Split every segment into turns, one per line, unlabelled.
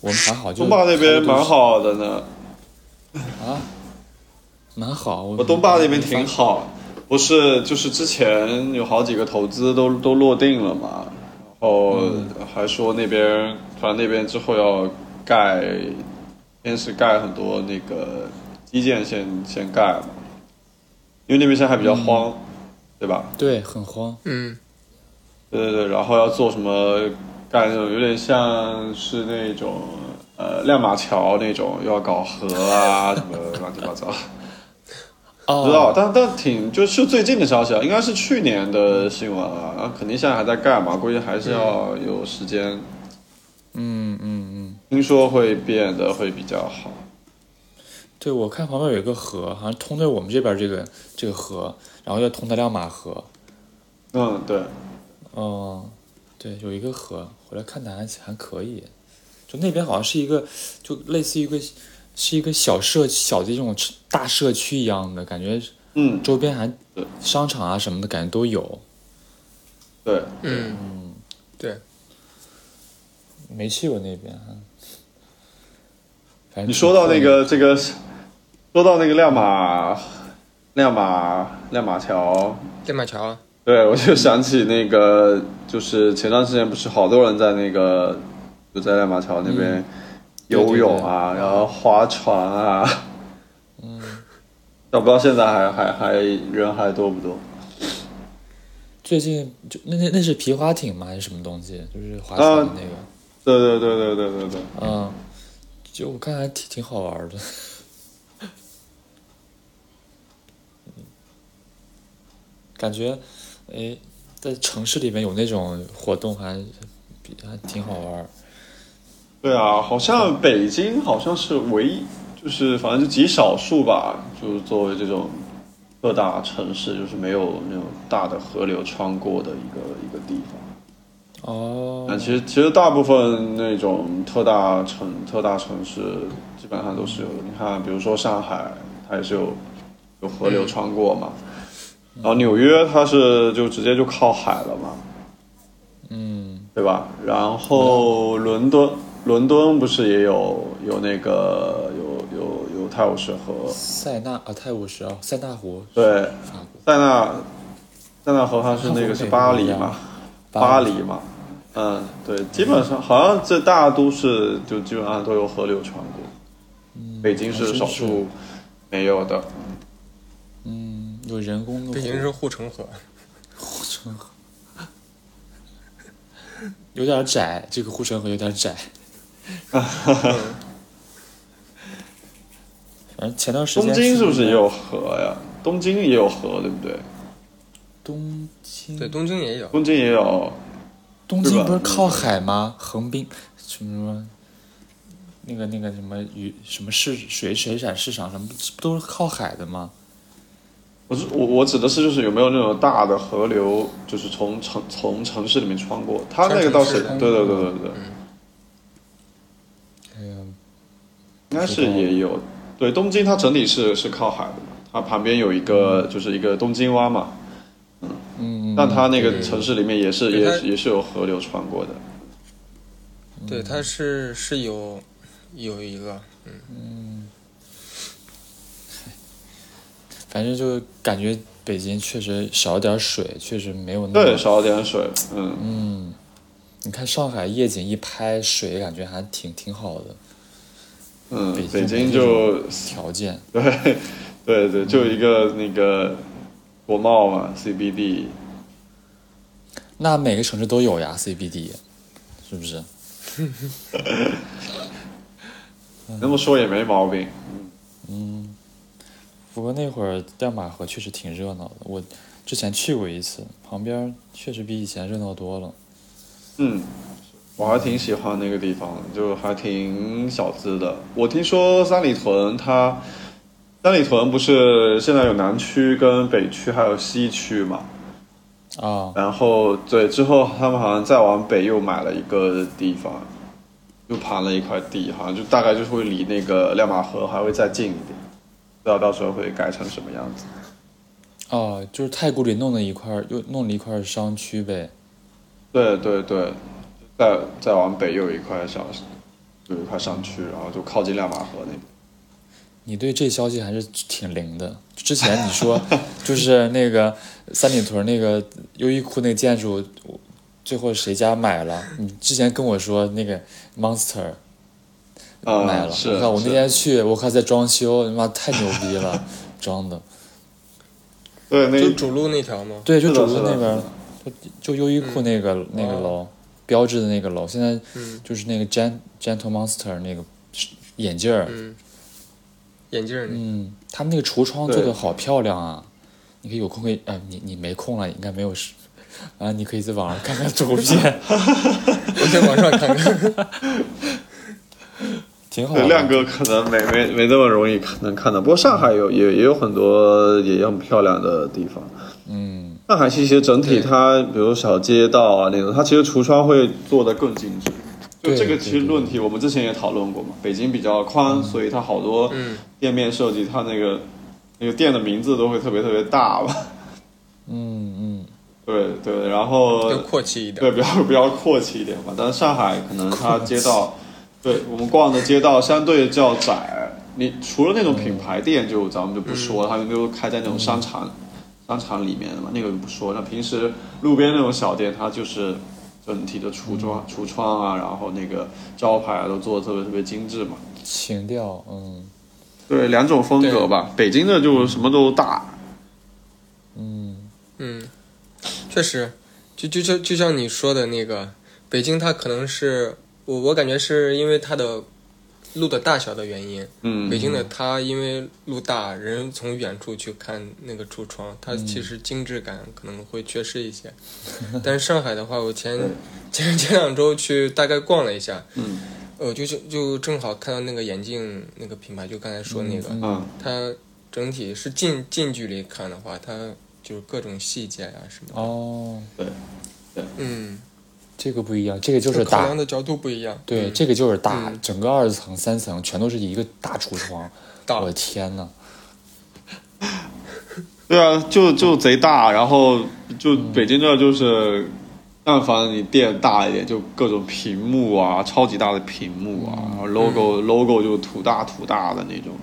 我们还好就，
东坝那边蛮好的呢，
啊，蛮好。我
我东坝那边挺好，不是就是之前有好几个投资都都落定了嘛，然后还说那边反正那边之后要盖，先是盖很多那个基建先先盖嘛，因为那边现在还比较荒，对吧？
对很慌，
嗯，
对对对，然后要做什么干那种有点像是那种呃亮马桥那种，又要搞河啊什么乱七八糟，
哦
不知道，但但挺就是最近的消息啊，应该是去年的新闻啊，然后肯定现在还在干嘛，估计还是要有时间，
嗯嗯嗯，
听说会变得会比较好。
对我看旁边有一个河，好像通对我们这边这个这个河，然后又通到亮马河，
嗯，对，
哦，对，有一个河，回来看的还还可以，就那边好像是一个，就类似于一个是一个小社小的这种大社区一样的感觉，
嗯，
周边还
对
商场啊什么的感觉都有。
对，
嗯，对，
没去过那边，反正
你说到那个这个，说到那个亮马亮马亮马桥，
练马桥，
对，我就想起那个，就是前段时间不是好多人在那个就在亮马桥那边
对对
游泳啊，然后划船啊，嗯， 但不知道现在还还还人还多不多？
最近就那那那是皮划艇吗？还是什么东西？就是划船
呃
的那个，
对对对对对对对，
嗯，就我看还挺挺好玩的。 感觉，哎，在城市里面有那种活动还比还挺好玩儿。
对啊，好像北京好像是唯一，就是反正就极少数吧，就是作为这种各大城市，就是没有那种大的河流穿过的一个一个地方。
哦
但，其实其实大部分那种特大城特大城市基本上都是有的。你看，比如说上海，它也是有有河流穿过嘛。然后纽约它是就直接就靠海了嘛，
嗯，
对吧？然后伦敦伦敦不是也有有那个有有有泰晤士河，
塞纳啊，泰晤士啊，塞纳湖，
对，
法国，
塞纳塞纳河它是那个是巴黎嘛，巴黎嘛，嗯，对，基本上好像这大都市就基本上都有河流穿过，北京是少
还真
数没有的。
嗯，有人工的湖，
北京是护城河，
护城河， 有点窄，这个护城河有点窄。反正前段时间
东京是不是也
有
有河呀？东京也有河，对不对？
东京？
对，东京也有，
东京也有，
东京
日本
不是靠海吗？横滨什么什么，那个那个什么鱼什么市水水产市场什么，不都是靠海的吗？
我是我我指的是就是有没有那种大的河流，就是从城从城市里面穿过，它那个倒是
穿
对
城市的
对对对对，
哎呀，
应该是也有。对，东京它整体是是靠海的嘛，它旁边有一个就是一个东京湾嘛，
嗯，
但它那个城市里面也是
对
也
它
是也是有河流穿过的。
嗯
对，它是是有有一个，
反正就感觉北京确实少点水，确实没有那么
对，少点水，嗯，
你看上海夜景一拍，水感觉还挺挺好的
嗯
北京，
北京就
条件。
对，对
嗯
对，就一个那个国贸嘛，CBD，
那每个城市都有呀，CBD，是不是？嗯
那么说也没毛病。
不过那会儿亮马河确实挺热闹的，我之前去过一次，旁边确实比以前热闹多了。
嗯，我还挺喜欢那个地方的，就还挺小资的。我听说三里屯它，三里屯不是现在有南区、跟北区还有西区嘛？
啊，
然后对，之后他们好像再往北又买了一个地方，又盘了一块地，好像就大概就是会离那个亮马河还会再近一点，不知道到时候会改成什么样子。
哦，就是太古里弄了一块儿，又弄了一块儿商区呗。
对对对，再再往北又有一块小就有一块山区，然后就靠近亮马河那边。
你对这消息还是挺灵的。之前你说就是那个三里屯那个优衣库那建筑，最后谁家买了？你之前跟我说那个 Monster
嗯
买了，
是
我靠！我
是
那天去，我靠，在装修，他妈太牛逼了，装的。
对，那
就
一
主路那条吗？
对，就是主
的
路
是的
那边
是
儿
的，嗯哦
就就优衣库那个、那个楼，标志的那个楼，现在
嗯
就是那个 Gent Gentle Monster 那个眼镜儿，
嗯，眼镜儿那个
嗯，他们那个橱窗做
对
的好漂亮啊！你可以有空可以，呃，你你没空了，应该没有时啊，你可以在网上看看图片，
我在网上看看。
挺好
对
的。
亮哥可能没没没那么容易看能看到，不过上海有也也有很多也很漂亮的地方。
嗯，
上海其实整体它，比如小街道啊那种，它其实橱窗会做得更精致。就
对
这个
对
其实
对
论题，我们之前也讨论过嘛。北京比较宽，所以它好多
嗯
店面设计，它那个那个店的名字都会特别特别大吧？
嗯
对对，然后
要阔气一点
对，。比较 比较阔气一点吧。但是上海可能它街道，对我们逛的街道相对较窄。你除了那种品牌店就，咱们就不说，他们就开在那种商场、商场里面的嘛，那个就不说。那平时路边那种小店，它就是整体的橱窗、橱窗啊，然后那个招牌啊，都做的特别特别精致嘛。
嗯，情调，嗯
对，两种风格吧。北京的就什么都大，
嗯，
嗯，确实，就就就就像你说的那个，北京它可能是我我感觉是因为它的路的大小的原因，
嗯，
北京的它因为路大，人从远处去看那个橱窗，它
嗯
其实精致感可能会缺失一些。但是上海的话，我前 前前两周去大概逛了一下，
嗯
呃，就就就正好看到那个眼镜那个品牌，就刚才说那个，
嗯
它整体是近近距离看的话，它就是各种细节呀、什么的，
哦，
嗯，
这个不一样，这个就是
考
大
量，的角度不一样。
对，
嗯
这个就是大，
嗯
整个二层、三层全都是一个大橱窗，
大
我的天呐，
对啊，就就贼大，然后就北京这儿就是，但凡你店大一点，就各种屏幕啊，超级大的屏幕啊，然后 logo、logo 就土大土大的那种。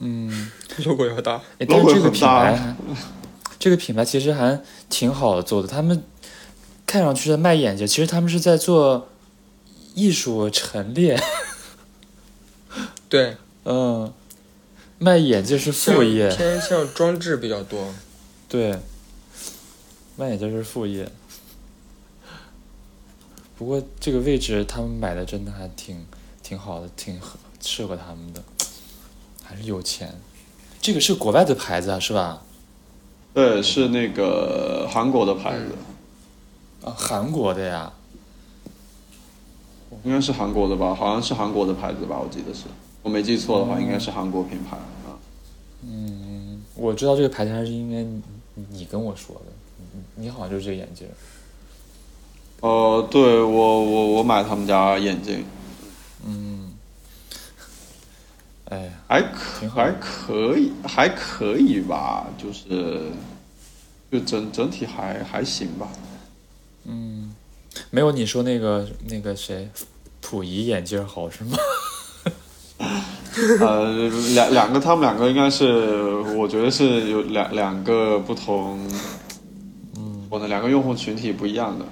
嗯。
logo 要大，
哎，但是这个
logo 很
品
大
牌还，这个品牌其实还挺好的做的。他们看上去在卖眼镜，其实他们是在做艺术陈列。
对，
嗯，卖眼镜是
像
副业，
偏向装置比较多。
对，卖眼镜是副业。不过这个位置他们买的真的还挺挺好的，挺合适合他们的，还是有钱。这个是国外的牌子啊，是吧？
对，是那个韩国的牌子，
啊，韩国的呀。
应该是韩国的吧？好像是韩国的牌子吧？我记得是，我没记错的话，应该是韩国品牌啊。
嗯，我知道这个牌子还是因为你你跟我说的，你你你好像就是这个眼镜儿。
呃，对我我我买他们家眼镜，
嗯，哎呀，
还可
挺好的
还可以，还可以吧，就是就整整体还还行吧。
嗯，没有你说那个那个谁，溥仪眼镜儿好是吗？
呃，两两个，他们两个应该是，我觉得是有两两个不同，嗯，我的两个用户群体不一样的，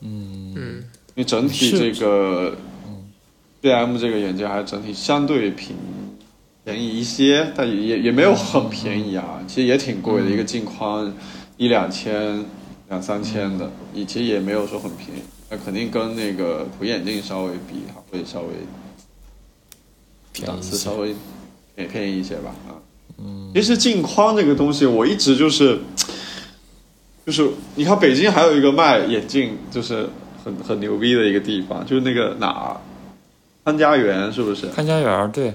嗯，
嗯，
因为整体这
是嗯
个，B M 这个眼镜还是整体相对平便宜一些，但也也也没有很便宜啊，其实也挺贵的，
嗯
一个镜框一两千、两三千
嗯
的，也其实也没有说很便宜，那肯定跟那个普眼镜稍微比，它会稍微
便宜
档
一
次
些
稍。微也便宜一些吧啊。
嗯
其实镜框这个东西，我一直就是，就是你看北京还有一个卖眼镜，就是很很牛逼的一个地方，就是那个哪儿，潘家园是不是？
潘家园儿对，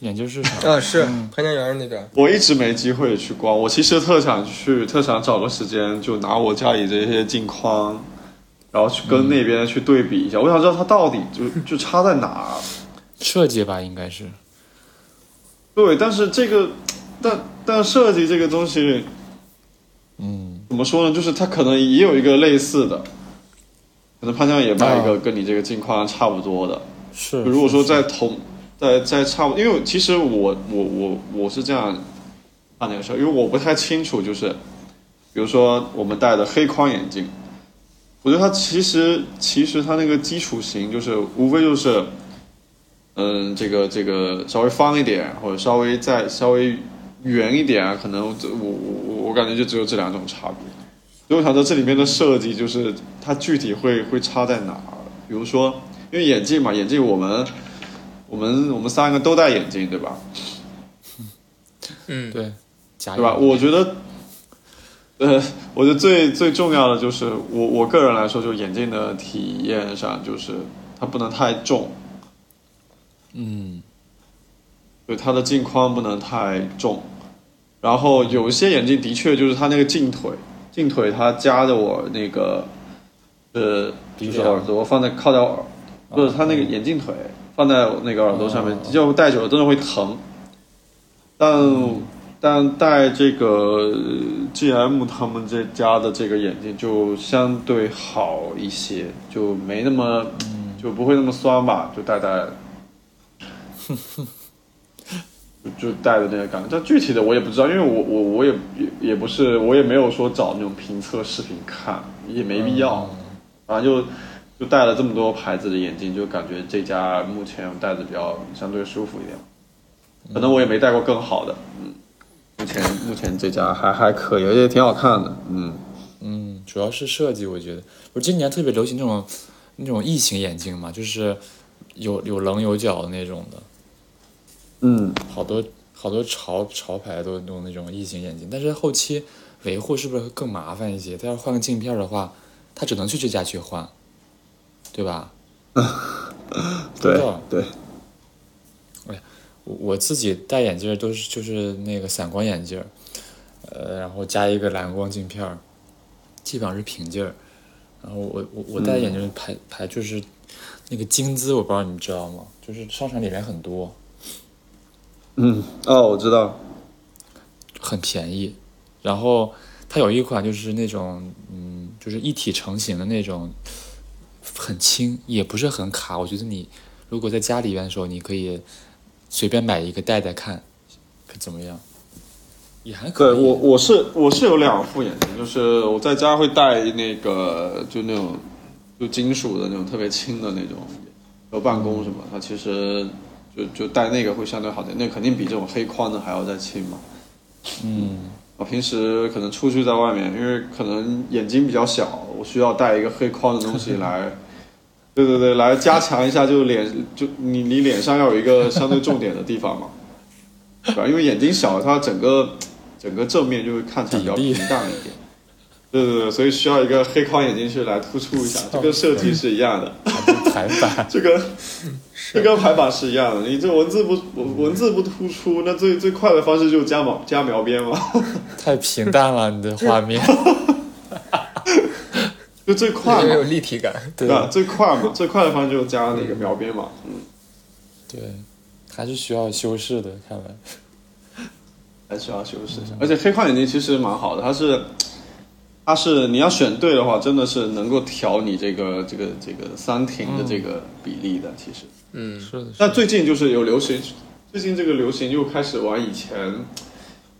眼镜市场。
啊是潘家园那边，
我一直没机会去逛，我其实特想去，特想找个时间，就拿我家里这些镜框，然后去跟那边去对比一下，我想知道它到底就就差在哪儿。
设计吧，应该是。
对，但是这个，但但设计这个东西
嗯，
怎么说呢？就是它可能也有一个类似的，可能潘江也卖一个跟你这个镜框差不多的，
是。
如果说在同在在差不，因为其实我我我我是这样办这个事儿，因为我不太清楚，就是比如说我们戴的黑框眼镜，我觉得它其实其实它那个基础型就是无非就是嗯这个这个稍微方一点，或者稍微再稍微圆一点啊，可能这我我我感觉就只有这两种差别。所以我想说这里面的设计就是它具体会会差在哪儿？比如说，因为眼镜嘛，眼镜我们我们我们三个都戴眼镜，对吧？
嗯，
对，假
对吧？我觉得，呃，我觉得最最重要的就是我我个人来说，就眼镜的体验上，就是它不能太重，
嗯，
对，它的镜框不能太重。然后有一些眼镜的确就是它那个镜腿，镜腿它夹着我那个，呃，
鼻
就是
梁
耳朵放在靠在耳，不是它那个眼镜腿放在那个耳朵上面，就戴久了真的会疼。但但戴这个呃 GM 他们这家的这个眼镜就相对好一些，就没那么就不会那么酸吧，就戴戴。就戴的那个感觉，但具体的我也不知道，因为我我我也也也不是，我也没有说找那种评测视频看，也没必要。反正就就戴了这么多牌子的眼镜，就感觉这家目前戴的比较相对舒服一点。可能我也没戴过更好的，嗯，目前目前这家还还可以，而且挺好看的，嗯。
嗯，主要是设计，我觉得不是今年特别流行那种那种异形眼镜嘛，就是有有棱有角的那种的，
嗯，
好多好多潮潮牌都用那种异形眼镜，但是后期维护是不是会更麻烦一些？他要换个镜片的话，他只能去这家去换，对吧？
对
知道
对，
我我自己戴眼镜儿都是就是那个散光眼镜儿，呃，然后加一个蓝光镜片儿，基本上是平镜儿。然后我我我戴眼镜儿排、排就是那个金姿，我不知道你们知道吗？就是商场里面很多，
嗯，哦，我知道，
很便宜。然后它有一款就是那种嗯，就是一体成型的那种，很轻，也不是很卡。我觉得你如果在家里边的时候，你可以随便买一个戴戴看，看怎么样，也还可
对
以。
我我是我是有两副眼镜，就是我在家会戴那个就那种就金属的那种特别轻的那种，有办公什么，它其实就就戴那个会相对好点，那肯定比这种黑框的还要再轻嘛。
嗯
我平时可能出去在外面，因为可能眼睛比较小，我需要带一个黑框的东西来，对对对，来加强一下，就脸就你你脸上要有一个相对重点的地方嘛，对吧？因为眼睛小，它整个整个正面就会看起来比较
比
平
例
淡一点。对对对，所以需要一个黑框眼镜去来突出一下，就跟设计是一样的。，
还 是排版
这个这跟排版是一样的，你这文字不文文字不突出，那最最快的方式就是加描加描边嘛。
太平淡了，你的画 面。
就最快
因为有
嘛，
立体感。
对
吧？最快嘛，最快的方式就是加那个描边嘛。嗯，
对，还是需要修饰的，看来。
还需要修饰
嗯
一下。而且黑框眼镜其实蛮好的，它是，它是你要选对的话，真的是能够调你这个这个这个三庭的这个比例的。其实，
嗯，
嗯是的，
但最近就是有流行，最近这个流行又开始玩以前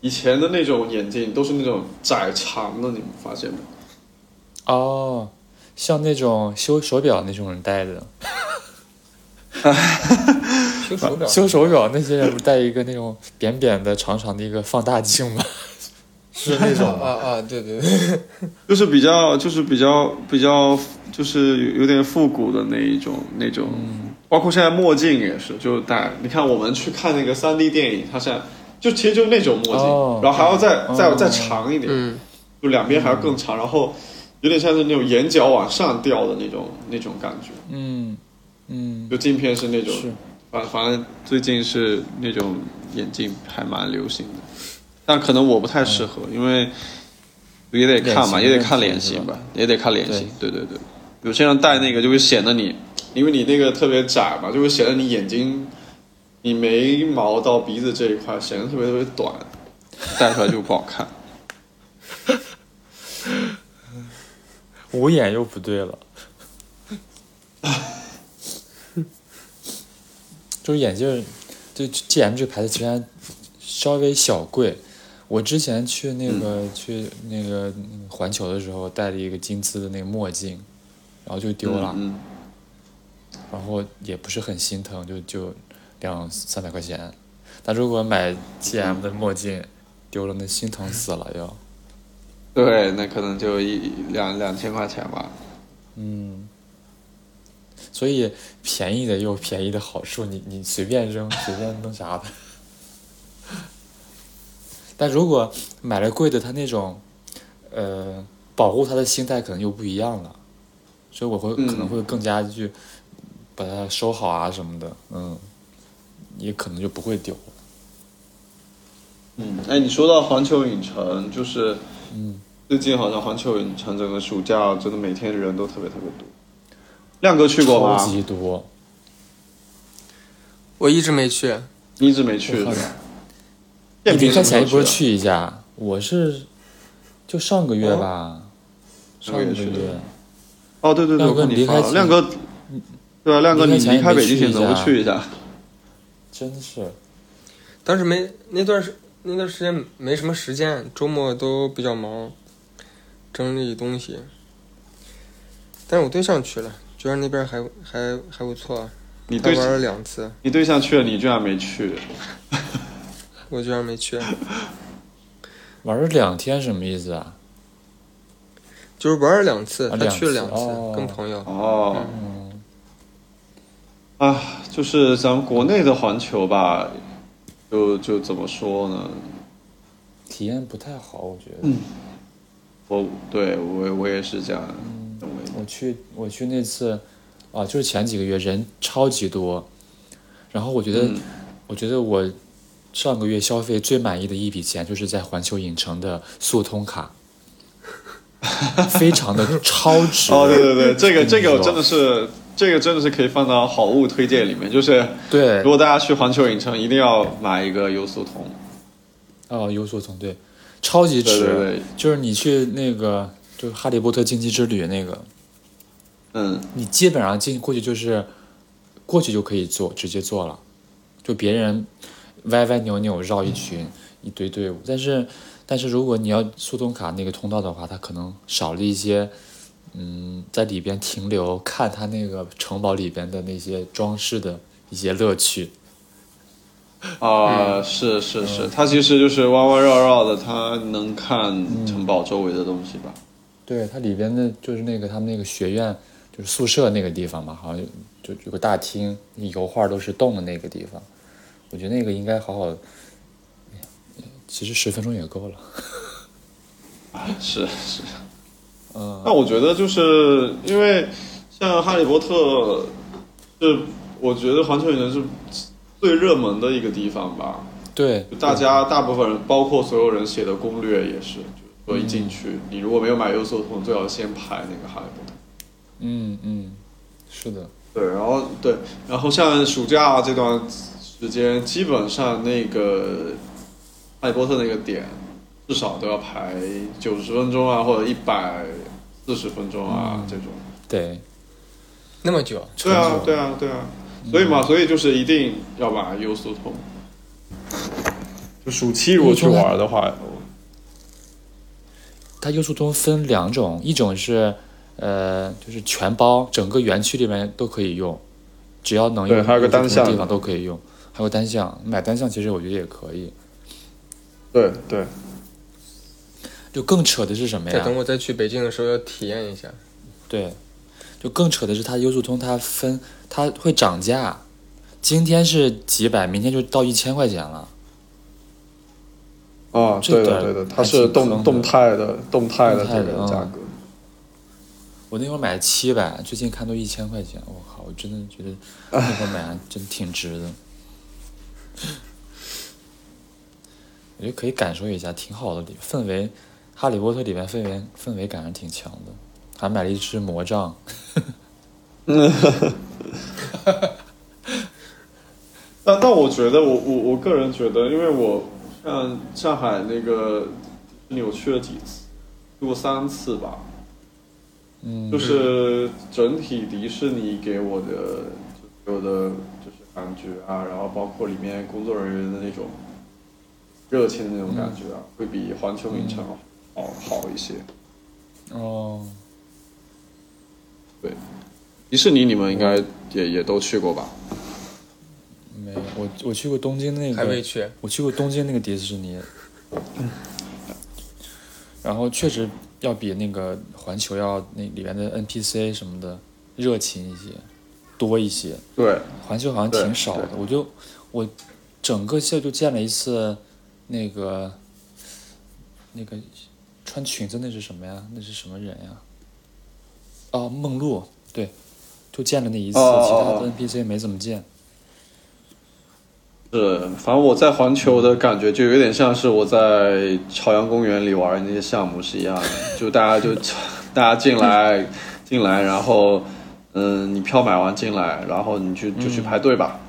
以前的那种眼镜，都是那种窄长的，你们发现没？
哦，像那种修手表那种人戴的，
修手表，
修手表那些人不戴一个那种扁扁的、长长的一个放大镜吗？是那种
啊
吗？
啊，对对对，
就是比较，就是比较，比较，就是有点复古的那一种，那种，
嗯
包括现在墨镜也是，就戴。你看我们去看那个三 D 电影，它现在就其实就那种墨镜，
哦
然后还要再、再
哦
再长一点，
嗯，
就两边还要更长，然后有点像是那种眼角往上掉的那种那种感觉。
嗯嗯，
就镜片是那种，
是
反反正最近是那种眼镜还蛮流行的，但可能我不太适合，因为也得看嘛，
脸型
也得
问
看
题
脸
是
型
吧
吧，也得看脸型。对对对，有些人戴那个就会显得你，因为你那个特别窄嘛，就会显得你眼睛，你眉毛到鼻子这一块显得特别特别短，戴出来就不好看。
五眼又不对了。 就是眼镜儿，就 G M 这个牌子其实还稍微小贵。我之前去那个、去那个那个环球的时候，戴了一个金丝的那个墨镜，然后就丢了，
嗯
然后也不是很心疼，就就两三百块钱。但如果买 G M 的墨镜丢了，那心疼死了要。
对，那可能就一两两千块钱吧。
嗯，所以便宜的有便宜的好处，你你随便扔随便弄啥的。 但如果买了贵的，它那种，呃，保护它的心态可能又不一样了，所以我会
嗯
可能会更加去把它收好啊什么的，嗯，也可能就不会丢了。
嗯，哎，你说到环球影城，就是
嗯，
最近好像环球影城整个暑假真的每天人都特别特别多。亮哥去过吗？
超级多，
我一直没去，
你一直没去
我靠
是吧？
你
电瓶
离开
什
前
么时
一
候
波
啊，
去一下，我是就上个月
哦
吧，上
上个
个
月
月
去的哦，对对对，
亮
我
哥
看
啊你离
发
开
了。
前
亮哥，对啊，亮哥，
离
你
开前
离
也
开
没
北
去
极
一
星怎么
下
不去一下？
真是。
当时没那段时那段时间没什么时间，周末都比较忙，整理东西。但是我对象去了，觉得那边还还还不错啊，
你
他
对
玩了两次，
你对象去了，你居然没去？
我居然没去，
玩了两天什么意思啊？
就是玩了两次，
啊
他去了
两
两
次
次，
哦
跟朋友。
哦。
嗯，
啊，就是咱们国内的环球吧，就就怎么说呢？
体验不太好，我觉得。
嗯我对我我也是这样认为的。
我去我去那次，啊，就是前几个月人超级多，然后我觉得、
嗯
我觉得我上个月消费最满意的一笔钱就是在环球影城的速通卡，非常的嗯超值。
哦，对对对，这个这个我
我
真的是，这个真的是可以放到好物推荐里面。就是
对
如果大家去环球影城，一定要买一个优速通。
哦，有所从对，超级值。
对对对
就是你去那个就是《哈利波特禁忌之旅》那个，
嗯，
你基本上进过去就是过去就可以做，直接做了，就别人歪歪扭扭绕一群一堆队伍。但是但是如果你要速通卡那个通道的话，它可能少了一些，嗯，在里边停留看它那个城堡里边的那些装饰的一些乐趣。嗯
啊、是是是，它其实就是弯弯绕绕的，它能看城堡周围的东西吧。
对，它里边的就是那个他们那个学院就是宿舍那个地方嘛，好像就就有个大厅，油画都是动的那个地方，我觉得那个应该好好，其实十分钟也够了。
是是。
嗯，
那我觉得就是因为像《哈利波特》是，我觉得环球影城是最热门的一个地方吧。
对，
就大家大部分人，包括所有人写的攻略也是，就是说一进去，你如果没有买优秀通，最好先排那个《哈利波特》。
嗯嗯，是的，
对，然后对，然后像暑假这段时间，基本上那个《哈利波特》那个点，至少都要排九十分钟啊，或者一百四十分钟啊、这种。
对，
那么久，
对啊
成，就
对啊，对啊，所以嘛，所以就是一定要买优速通。就暑期如果去玩的话，
它优速通分两种，一种是呃，就是全包，整个园区里面都可以用，只要能
对
用
还有个
优速通
单项
的地方都可以用，还有单项，买单项其实我觉得也可以。
对对，
就更扯的是什么呀？
再等我再去北京的时候要体验一下。
对，就更扯的是，它优速通它分它会涨价，今天是几百，明天就到一千块钱了。
啊，
这段还挺坑的
态的动态
动态的嗯
格。
我那会儿买七百，最近看都一千块钱，我靠，我真的觉得那会儿买还真挺值的。我觉得可以感受一下，挺好的里氛围，《哈利波特》里面氛围氛围感还挺强的，还买了一只魔杖。
但但我觉得，我我我个人觉得，因为我像上海那个，我去了几次，去过三次吧，
嗯，
就是整体迪士尼给我的有的就是感觉啊，然后包括里面工作人员的那种热情的那种感觉
嗯
啊，会比环球影城好好一些。
哦，
对，迪士尼你们应该也也都去过吧？
没有，我我去过东京那
还没
个，
去，
我去过东京那个迪士尼，嗯然后确实要比那个环球要那里面的 NPC 什么的热情一些，多一些。
对，
环球好像
对
挺少的，我就我整个秀就见了一次那个那个穿裙子那是什么呀？那是什么人呀？哦，梦露，对，就见了那一次，
哦哦
其他
哦
的 NPC 没怎么见。
是，反正我在环球的感觉就有点像是我在朝阳公园里玩的那些项目是一样的，就 大家就大家进来进来，然后嗯，你票买完进来，然后你去就去排队吧，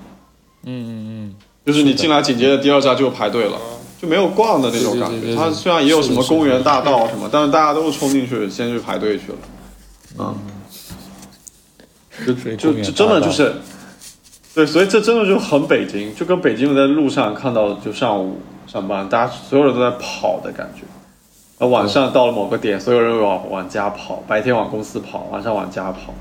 嗯嗯
就是你进来紧接着第二站就排队了。就没有逛的那种感
对对
觉，
对对
它
对
虽然也有什么
是的
公园大道什么，但是大家都是冲进去先去排队去了，
嗯，就
就就真的就是，对，所以这真的就很北京，就跟北京在路上看到就上午上班，大家所有人都在跑的感觉。而晚上到了某个点，所有人往往家跑，白天往公司跑，晚上往家跑，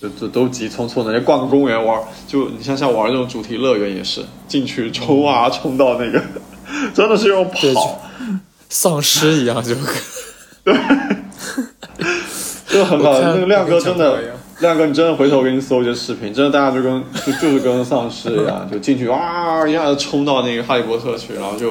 就就都急匆匆的。人逛个公园玩，就你像像玩这种主题乐园也是，进去冲啊冲到那个， 真的是用
对就
跑，
丧尸一样就，
就很搞
我
笑。
看
那个亮哥真的
我跟你讲过呀，
亮哥，你真的回头我给你搜一些视频，真的大家就跟就就是跟丧尸一 样，就进去哇一下子冲到那个哈利波特去，然后就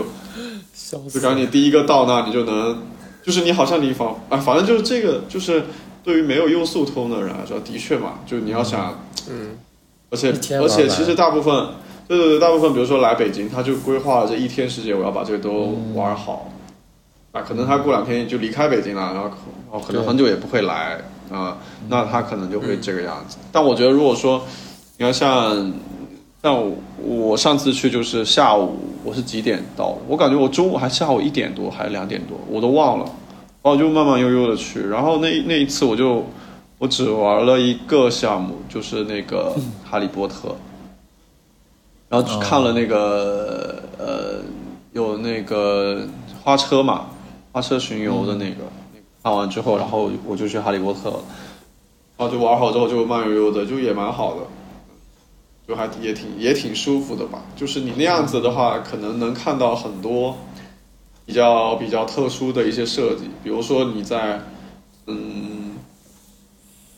笑
就
死
感
了。
觉你第一个到那，你就能，就是你好像你反啊，反正就是这个，就是对于没有用速通的人来说，的确嘛，就你要想，
嗯，
而且
一天
而
玩
且
完
其实大部分，对对对，大部分比如说来北京，他就规划了这一天时间，我要把这个都玩好。啊，可能他过两天就离开北京了，然后可哦，可能
对
很久也不会来啊、那他可能就会这个样子。但我觉得，如果说你要像像我我上次去就是下午，我是几点到的？我感觉我中午还下午一点多还是两点多，我都忘了。然后就慢慢悠悠的去，然后那那一次我就我只玩了一个项目，就是那个哈利波特，然后只看了那个、呃有那个花车嘛，花车巡游的那个，那个看完之后，然后我就去哈利波特了，然后就玩好之后就慢悠悠的，就也蛮好的。就还也挺也挺舒服的吧。就是你那样子的话，可能能看到很多比较比较特殊的一些设计，比如说你在嗯，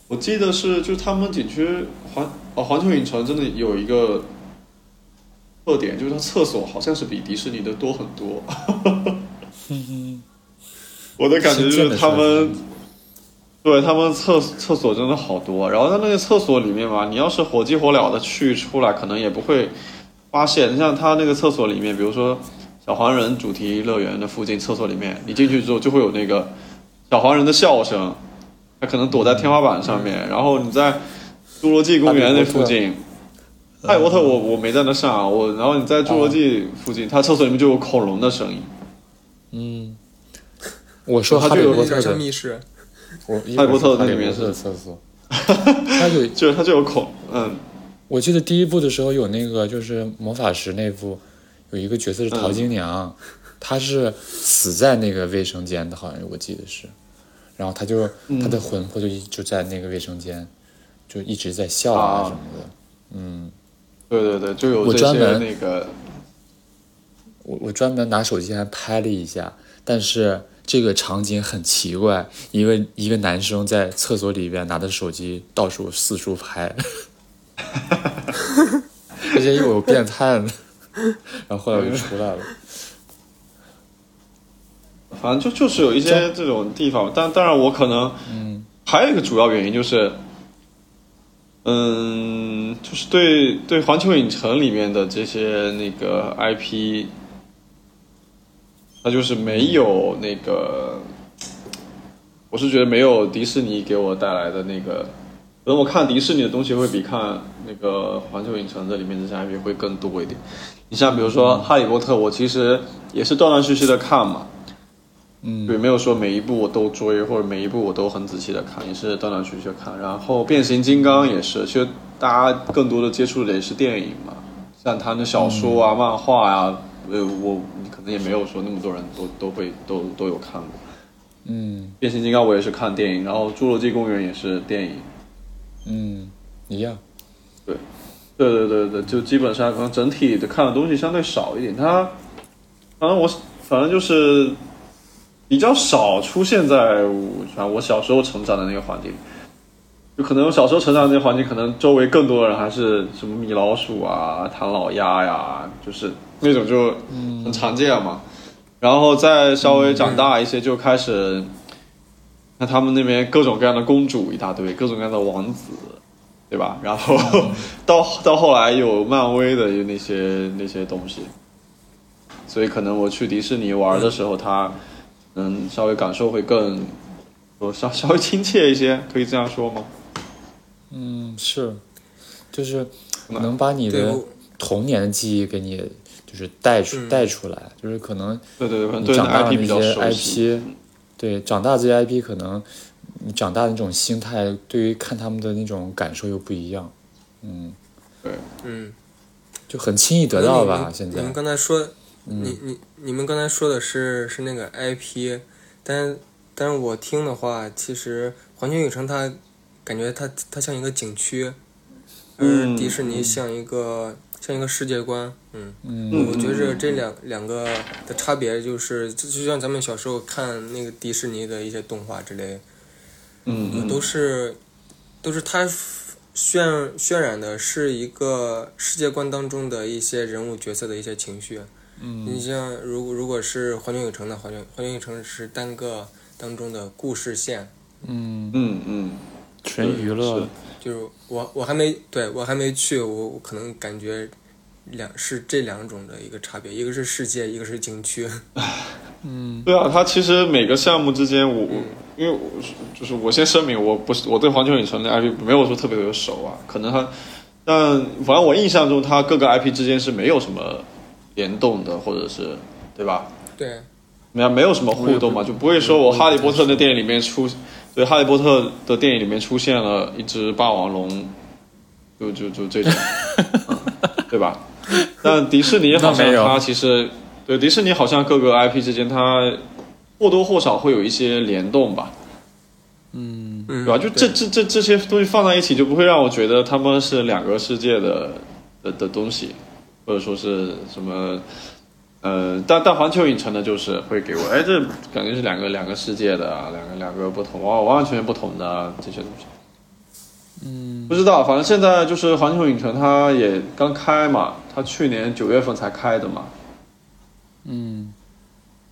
我记得是就是他们景区环哦环球影城真的有一个特点，就是它厕所好像是比迪士尼的多很多。 我的感觉就是他们
嗯新建的设计。
对他们厕厕所真的好多，然后在那个厕所里面嘛，你要是火急火燎的去出来，可能也不会发现。像他那个厕所里面，比如说小黄人主题乐园的附近厕所里面，你进去之后就会有那个小黄人的笑声，他可能躲在天花板上
嗯
面。然后你在侏罗纪公园那附近，哈利波特我我没在那上啊，我然后你在侏罗纪附近，他厕所里面就有恐龙的声音。
嗯，我说
它
哈
就
利
有
波
有
特
点像
的，
密室，
我哈
哈利波特那
哈
里
利
面
波
是
特的厕所，它有
就是它就有恐，嗯，
我记得第一部的时候有那个就是魔法石那部，有一个角色是陶晶
嗯
娘，她是死在那个卫生间的，好像我记得是，然后她就她的魂魄就一就在那个卫生间，就一直在笑啊
啊
什么的。嗯，
对对对，就有
我
这
专
些
门
那个，
我我专门拿手机还拍了一下，但是这个场景很奇怪，一个一个男生在厕所里边拿着手机到处四处拍， 而且又有变态呢，然后后来我就出来了。
反正就就是有一些这种地方，但当然我可能，嗯，还有一个主要原因就是，嗯，就是对对环球影城里面的这些那个 IP，它就是没有那个，我是觉得没有迪士尼给我带来的那个，可能我看迪士尼的东西会比看那个环球影城这里面这些 IP 会更多一嗯点。你像比如说《哈利波特》，我其实也是断断续续的看嘛，
嗯
对，没有说每一部我都追，或者每一部我都很仔细的看，也是断断续续地看。然后变形金刚也是，其实大家更多的接触的也是电影嘛，像他的小说啊、漫画啊，呃，我可能也没有说那么多人都都会都都有看过。
嗯
变形金刚我也是看电影，然后侏罗纪公园也是电影。
嗯，一样。
对对对对，就基本上可能整体的看的东西相对少一点。它，反正我反正就是比较少出现在我反正我小时候成长的那个环境。就可能我小时候成长的那个环境，可能周围更多的人还是什么米老鼠啊、唐老鸭呀、就是那种就很常见嘛。然后再稍微长大一些，就开始，那他们那边各种各样的公主一大堆，各种各样的王子，对吧？然后到到后来有漫威的那些那些东西，所以可能我去迪士尼玩的时候，他嗯稍微感受会更，我稍稍微亲切一些，可以这样说吗？
嗯，是，就是
那
能把你
对
的
我
童年的记忆给你就是带出
嗯
带出来，就是可能
对对对，可能
你
嗯对
长大
那
了
IP 比较
那些
熟悉。
IP，对长大这些 IP 可能你长大的那种心态，对于看他们的那种感受又不一样，嗯，
嗯，
就很轻易得到
你
吧。
们
现
你
在嗯
们，刚才说，你你你们刚才说的是是那个 IP，但但是我听的话，其实环球影城它感觉它它像一个景区，而
嗯
迪士尼像一个、像一个世界观，嗯。
嗯
嗯
我觉着这两两个的差别就是，就就像咱们小时候看那个迪士尼的一些动画之类，
嗯嗯，
都是都是它渲渲染的是一个世界观当中的一些人物角色的一些情绪。
嗯
你像如果如果是环球影城的环球环球影城是单个当中的故事线，
嗯，
嗯嗯，
纯娱乐，
就是我我还没对我还没去，我我可能感觉两是这两种的一个差别，一个是世界，一个是景区。
嗯
对啊，它其实每个项目之间我，我因为我是就是我先声明，我不是我对环球影城的 IP 没有说特别的熟啊，可能它，但反正我印象中它各个 IP 之间是没有什么联动的，或者是对吧？
对，
没有没有什么互动嘛，就不会说我哈利波特那电影里面出，对哈利波特的电影里面出现了一只霸王龙，就就就这种， 嗯对吧？但迪士尼好
那
像
没有
它其实对迪士尼好像各个 IP 之间它或多或少会有一些联动吧，
嗯
嗯，
对吧？就这这这这些东西放在一起，就不会让我觉得他们是两个世界的的的东西，或者说是什么。呃，但但环球影城呢，就是会给我，哎，这感觉是两个两个世界的啊，两个两个不同，完完全全不同的、啊、这些东西。
嗯
不知道，反正现在就是环球影城，它也刚开嘛，它去年九月份才开的嘛，
嗯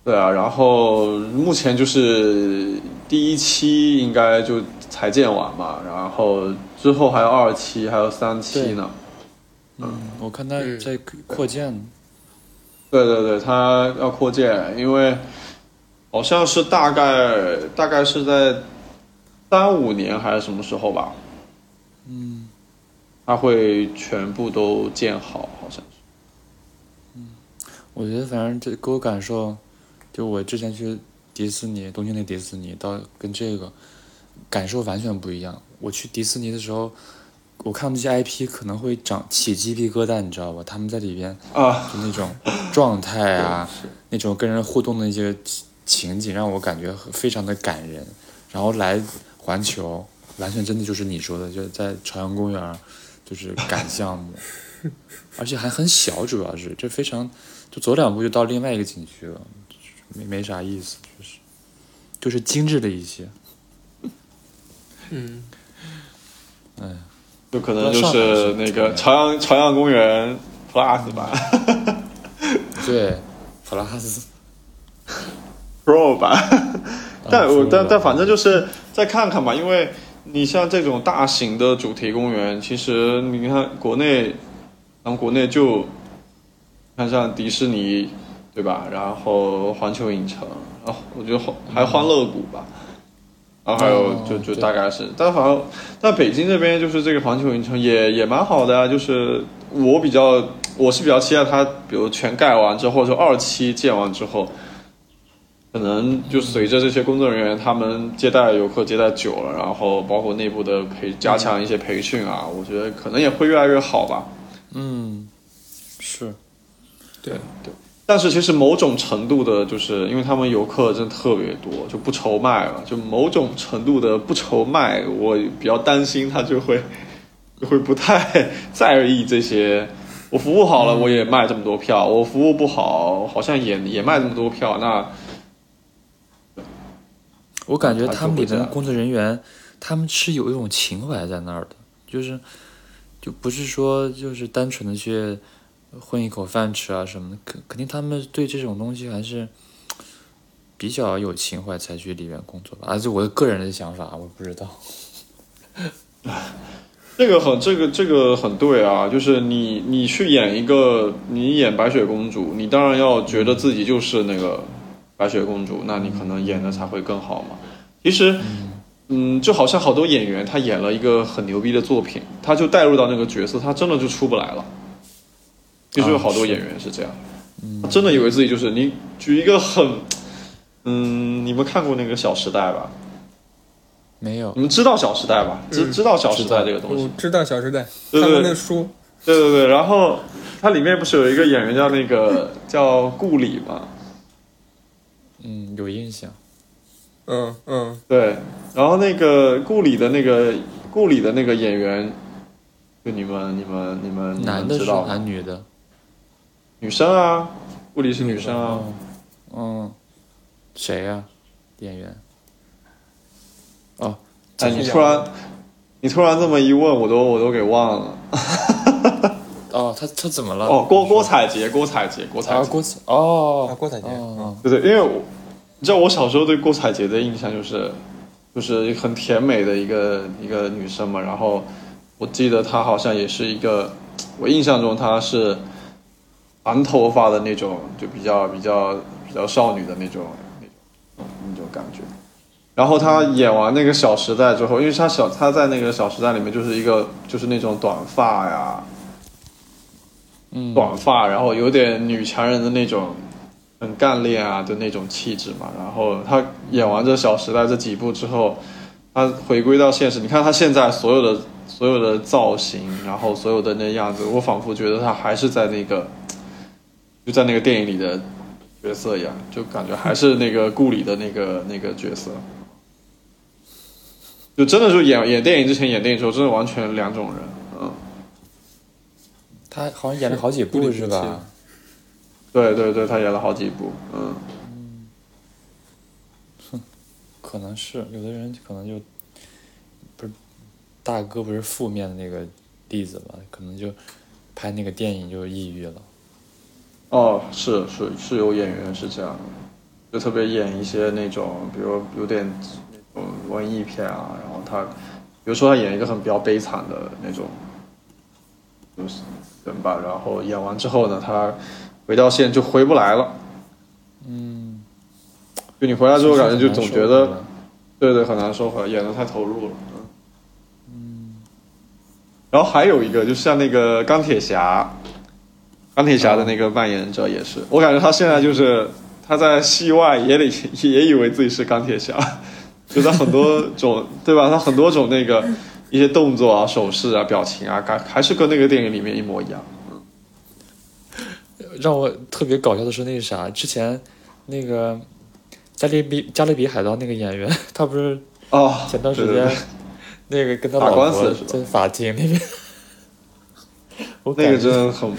对啊，然后目前就是第一期应该就才建完嘛，然后之后还有二期，还有三期呢。
嗯，我看他
嗯
在扩建，
对对对，它要扩建，因为好像是大概大概是在三五年还是什么时候吧，
嗯
它会全部都建好，好像是。
我觉得反正这给我感受，就我之前去迪士尼，东京的迪士尼，到跟这个感受完全不一样。我去迪士尼的时候，我看他们这些 IP 可能会长起鸡皮疙瘩，你知道吧？他们在里边
啊，
就那种状态啊，那种跟人互动的一些情情景，让我感觉很非常的感人。然后来环球，完全真的就是你说的，就是在朝阳公园儿，就是赶项目，而且还很小，主要是这非常就走两步就到另外一个景区了，就是没没啥意思，就是就是精致了一些。
嗯，
就可能就
上海
是
是
那个朝阳朝阳公园
嗯
Plus 吧
对，普拉斯，
，Pro 吧。
啊
但我
嗯
但但反正就是再看看吧，因为你像这种大型的主题公园，其实你看国内，咱们国内就看像迪士尼，对吧？然后环球影城，然后我觉得欢还有欢乐谷吧，然后还有
哦
就就
对
大概是，但好像但北京这边就是这个环球影城也也蛮好的啊，就是我比较我是比较期待它，比如全盖完之后，就二期建完之后。可能就随着这些工作人员他们接待游客接待久了，然后包括内部的培加强一些培训啊，我觉得可能也会越来越好吧。
嗯，是，
对
对。但是其实某种程度的，就是因为他们游客真的特别多，就不愁卖了。就某种程度的不愁卖，我比较担心他就会 就会不太在意这些。我服务好了，我也卖这么多票；我服务不好，好像也也卖这么多票。那
我感觉他们里的工作人员，他们是有一种情怀在那儿的，就是就不是说就是单纯的去混一口饭吃啊什么的，肯肯定他们对这种东西还是比较有情怀才去里面工作吧。而、啊、且我个人的想法，我不知道。
这个很，这个这个很对啊，就是你你去演一个，你演白雪公主，你当然要觉得自己就是那个。白雪公主，那你可能演的才会更好嘛。其实，嗯，就好像好多演员，他演了一个很牛逼的作品，他就带入到那个角色，他真的就出不来了。其实有好多演员啊是这样，
嗯、
真的以为自己就是你。举一个很，嗯，你们看过那个《小时代》吧？
没有。
你们知道《小时代》吧？知、
嗯、
知道《小时代》这个东西？
知道《小时代》
对对，
看过那书。
对对对，然后它里面不是有一个演员叫那个叫顾里嘛？
嗯，有印象。
嗯嗯，
对。然后那个顾里的那个顾里的那个演员，就你们你们你们你
男
们
的
知道
还女的？
女生啊，顾里是女生啊。
嗯，嗯谁呀、啊？演员？哦，
哎，你突然你突然这么一问，我都我都给忘了。
哦，他他怎么了？
哦，郭郭采洁，郭采洁，郭采
啊，郭采哦，
啊，郭采洁，
哦
对对，因为我你知道我小时候对郭采洁的印象就是，就是很甜美的一个一个女生嘛。然后我记得她好像也是一个，我印象中她是长头发的那种，就比较比较比较少女的那种那种那种感觉。然后她演完那个《小时代》之后，因为她小她在那个《小时代》里面就是一个就是那种短发呀。
嗯，
短发，然后有点女强人的那种，很干练啊的那种气质嘛。然后她演完这《小时代》这几部之后，她回归到现实。你看她现在所有的所有的造型，然后所有的那样子，我仿佛觉得她还是在那个，就在那个电影里的角色一样，就感觉还是那个顾里的那个那个角色。就真的就演演电影之前演电影之后，真的完全两种人。嗯
他好像演了好几部是吧？
对对对，他演了好几部，嗯。
嗯。哼，可能是有的人可能就不是大哥不是负面的那个例子吧？可能就拍那个电影就抑郁了。
哦，是是是有演员是这样的，就特别演一些那种，比如有点那种文艺片啊，然后他比如说他演一个很比较悲惨的那种，就是。人吧，然后演完之后呢，他回到现就回不来了。
嗯，
就你回来之后，感觉就总觉得，对对，很难收回来，演的太投入了。
嗯。
然后还有一个，就像那个钢铁侠，钢铁侠的那个扮演者也是，我感觉他现在就是他在戏外也得也以为自己是钢铁侠， 就他很多种对吧？他很多种那个。一些动作啊、手势啊、表情啊，还还是跟那个电影里面一模一样。
嗯，让我特别搞笑的是那啥，之前那个加勒比加勒比海盗那个演员，他不是
哦，
前段时
对对
间
对
那个跟他
打
老
官司
婆
是吧
在法庭那边， 我
那
感
个
觉
真的很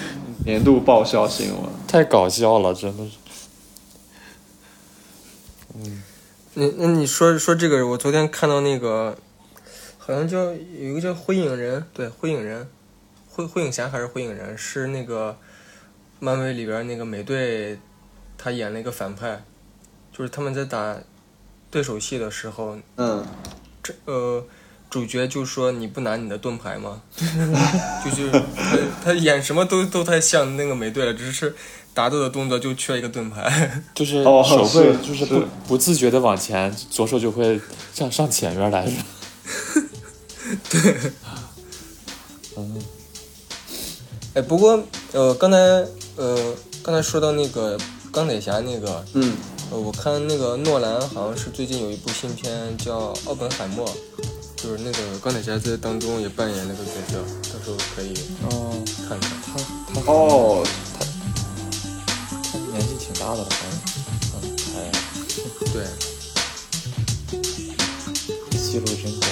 年度爆笑新闻。
太搞笑了，真的是。
你那你说说这个，我昨天看到那个，好像叫有一个叫灰影人，对，灰影人，灰灰影侠还是灰影人，是那个漫威里边那个美队，他演了一个反派，就是他们在打对手戏的时候，
嗯，
这呃，主角就说你不拿你的盾牌吗？就就是他他演什么都都太像那个美队了，只是打斗的动作就缺一个盾牌。
就是
哦
手会
是
就是
是
不不自觉的往前，左手就会向上前面来。
哎，不过呃，刚才呃，刚才说到那个钢铁侠那个，
嗯，
呃我看那个诺兰好像是最近有一部新片叫《奥本海默》，就是那个钢铁侠在当中也扮演那个角色，到时候可以
哦，
看看。
他他
哦，
他年纪挺大的了，好像，嗯，哎呀，
对，
戏路真广。